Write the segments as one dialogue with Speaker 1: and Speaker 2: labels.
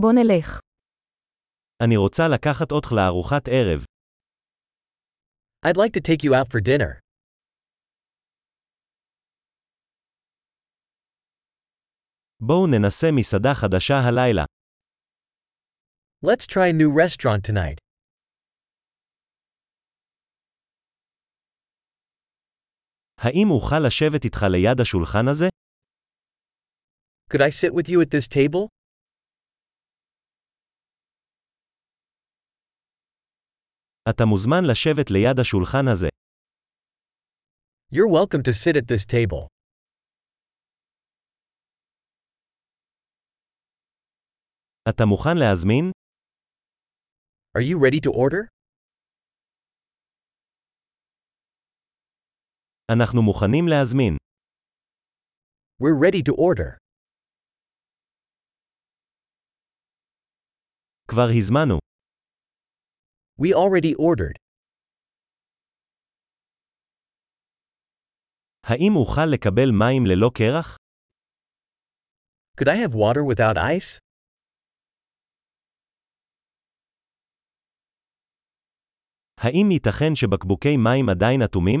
Speaker 1: בוא נלך.
Speaker 2: אני רוצה לקחת אותך לארוחת ערב.
Speaker 3: I'd like to take you out for dinner.
Speaker 2: בואו ננסה מסעדה חדשה הלילה.
Speaker 3: Let's try a new restaurant tonight.
Speaker 2: האם אוכל לשבת איתך ליד השולחן הזה?
Speaker 3: Could I sit with you at this table?
Speaker 2: אתה מוזמן לשבת ליד השולחן הזה.
Speaker 3: You're welcome to sit at this table.
Speaker 2: אתה מוכן להזמין?
Speaker 3: Are you ready to order?
Speaker 2: אנחנו מוכנים להזמין.
Speaker 3: We're ready to order.
Speaker 2: כבר הזמנו.
Speaker 3: We already ordered.
Speaker 2: האם אוכל לקבל מים ללא קרח?
Speaker 3: Could I have water without ice?
Speaker 2: האם ייתכן שבקבוקי מים עדיין אטומים?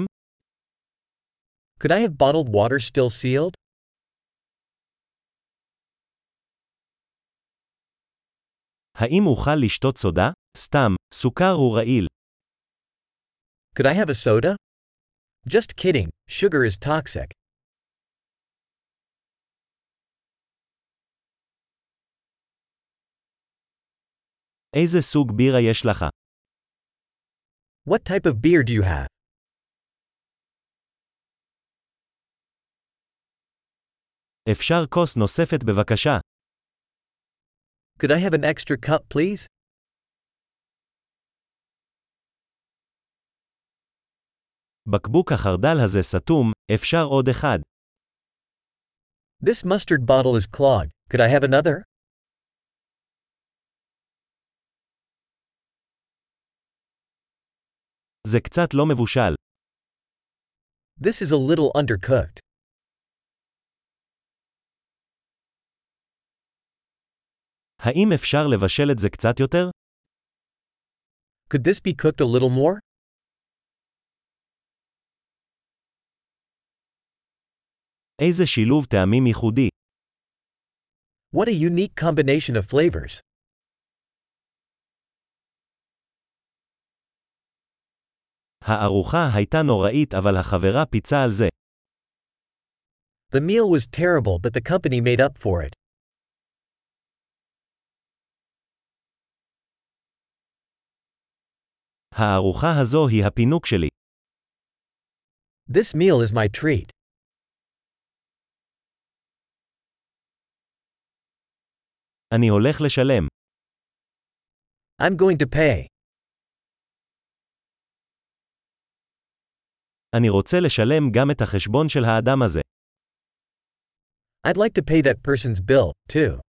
Speaker 3: Could I have bottled water still sealed?
Speaker 2: האם אוכל לשתות סודה? סתם, סוכר הוא רעיל.
Speaker 3: Could I have a soda? Just kidding, sugar is toxic.
Speaker 2: איזה סוג בירה יש לך?
Speaker 3: What type of beer do you have?
Speaker 2: אפשר כוס נוספת בבקשה.
Speaker 3: Could I have an extra cup, please?
Speaker 2: בקבוק החרדל הזה סתום, אפשר עוד אחד.
Speaker 3: This mustard bottle is clogged. Could I have another?
Speaker 2: זה קצת לא מבושל.
Speaker 3: This is a little undercooked.
Speaker 2: האם אפשר לבשל את זה קצת יותר?
Speaker 3: Could this be cooked a little more?
Speaker 2: איזה שילוב טעמים ייחודי.
Speaker 3: What a unique combination of flavors.
Speaker 2: הארוחה הייתה נוראית אבל החברה פיצה על זה.
Speaker 3: The meal was terrible, but the company made up for it.
Speaker 2: הארוחה הזו היא הפינוק שלי.
Speaker 3: This meal is my treat.
Speaker 2: אני הולך לשלם.
Speaker 3: I'm going to pay.
Speaker 2: אני רוצה לשלם גם את החשבון של האדם הזה.
Speaker 3: I'd like to pay that person's bill, too.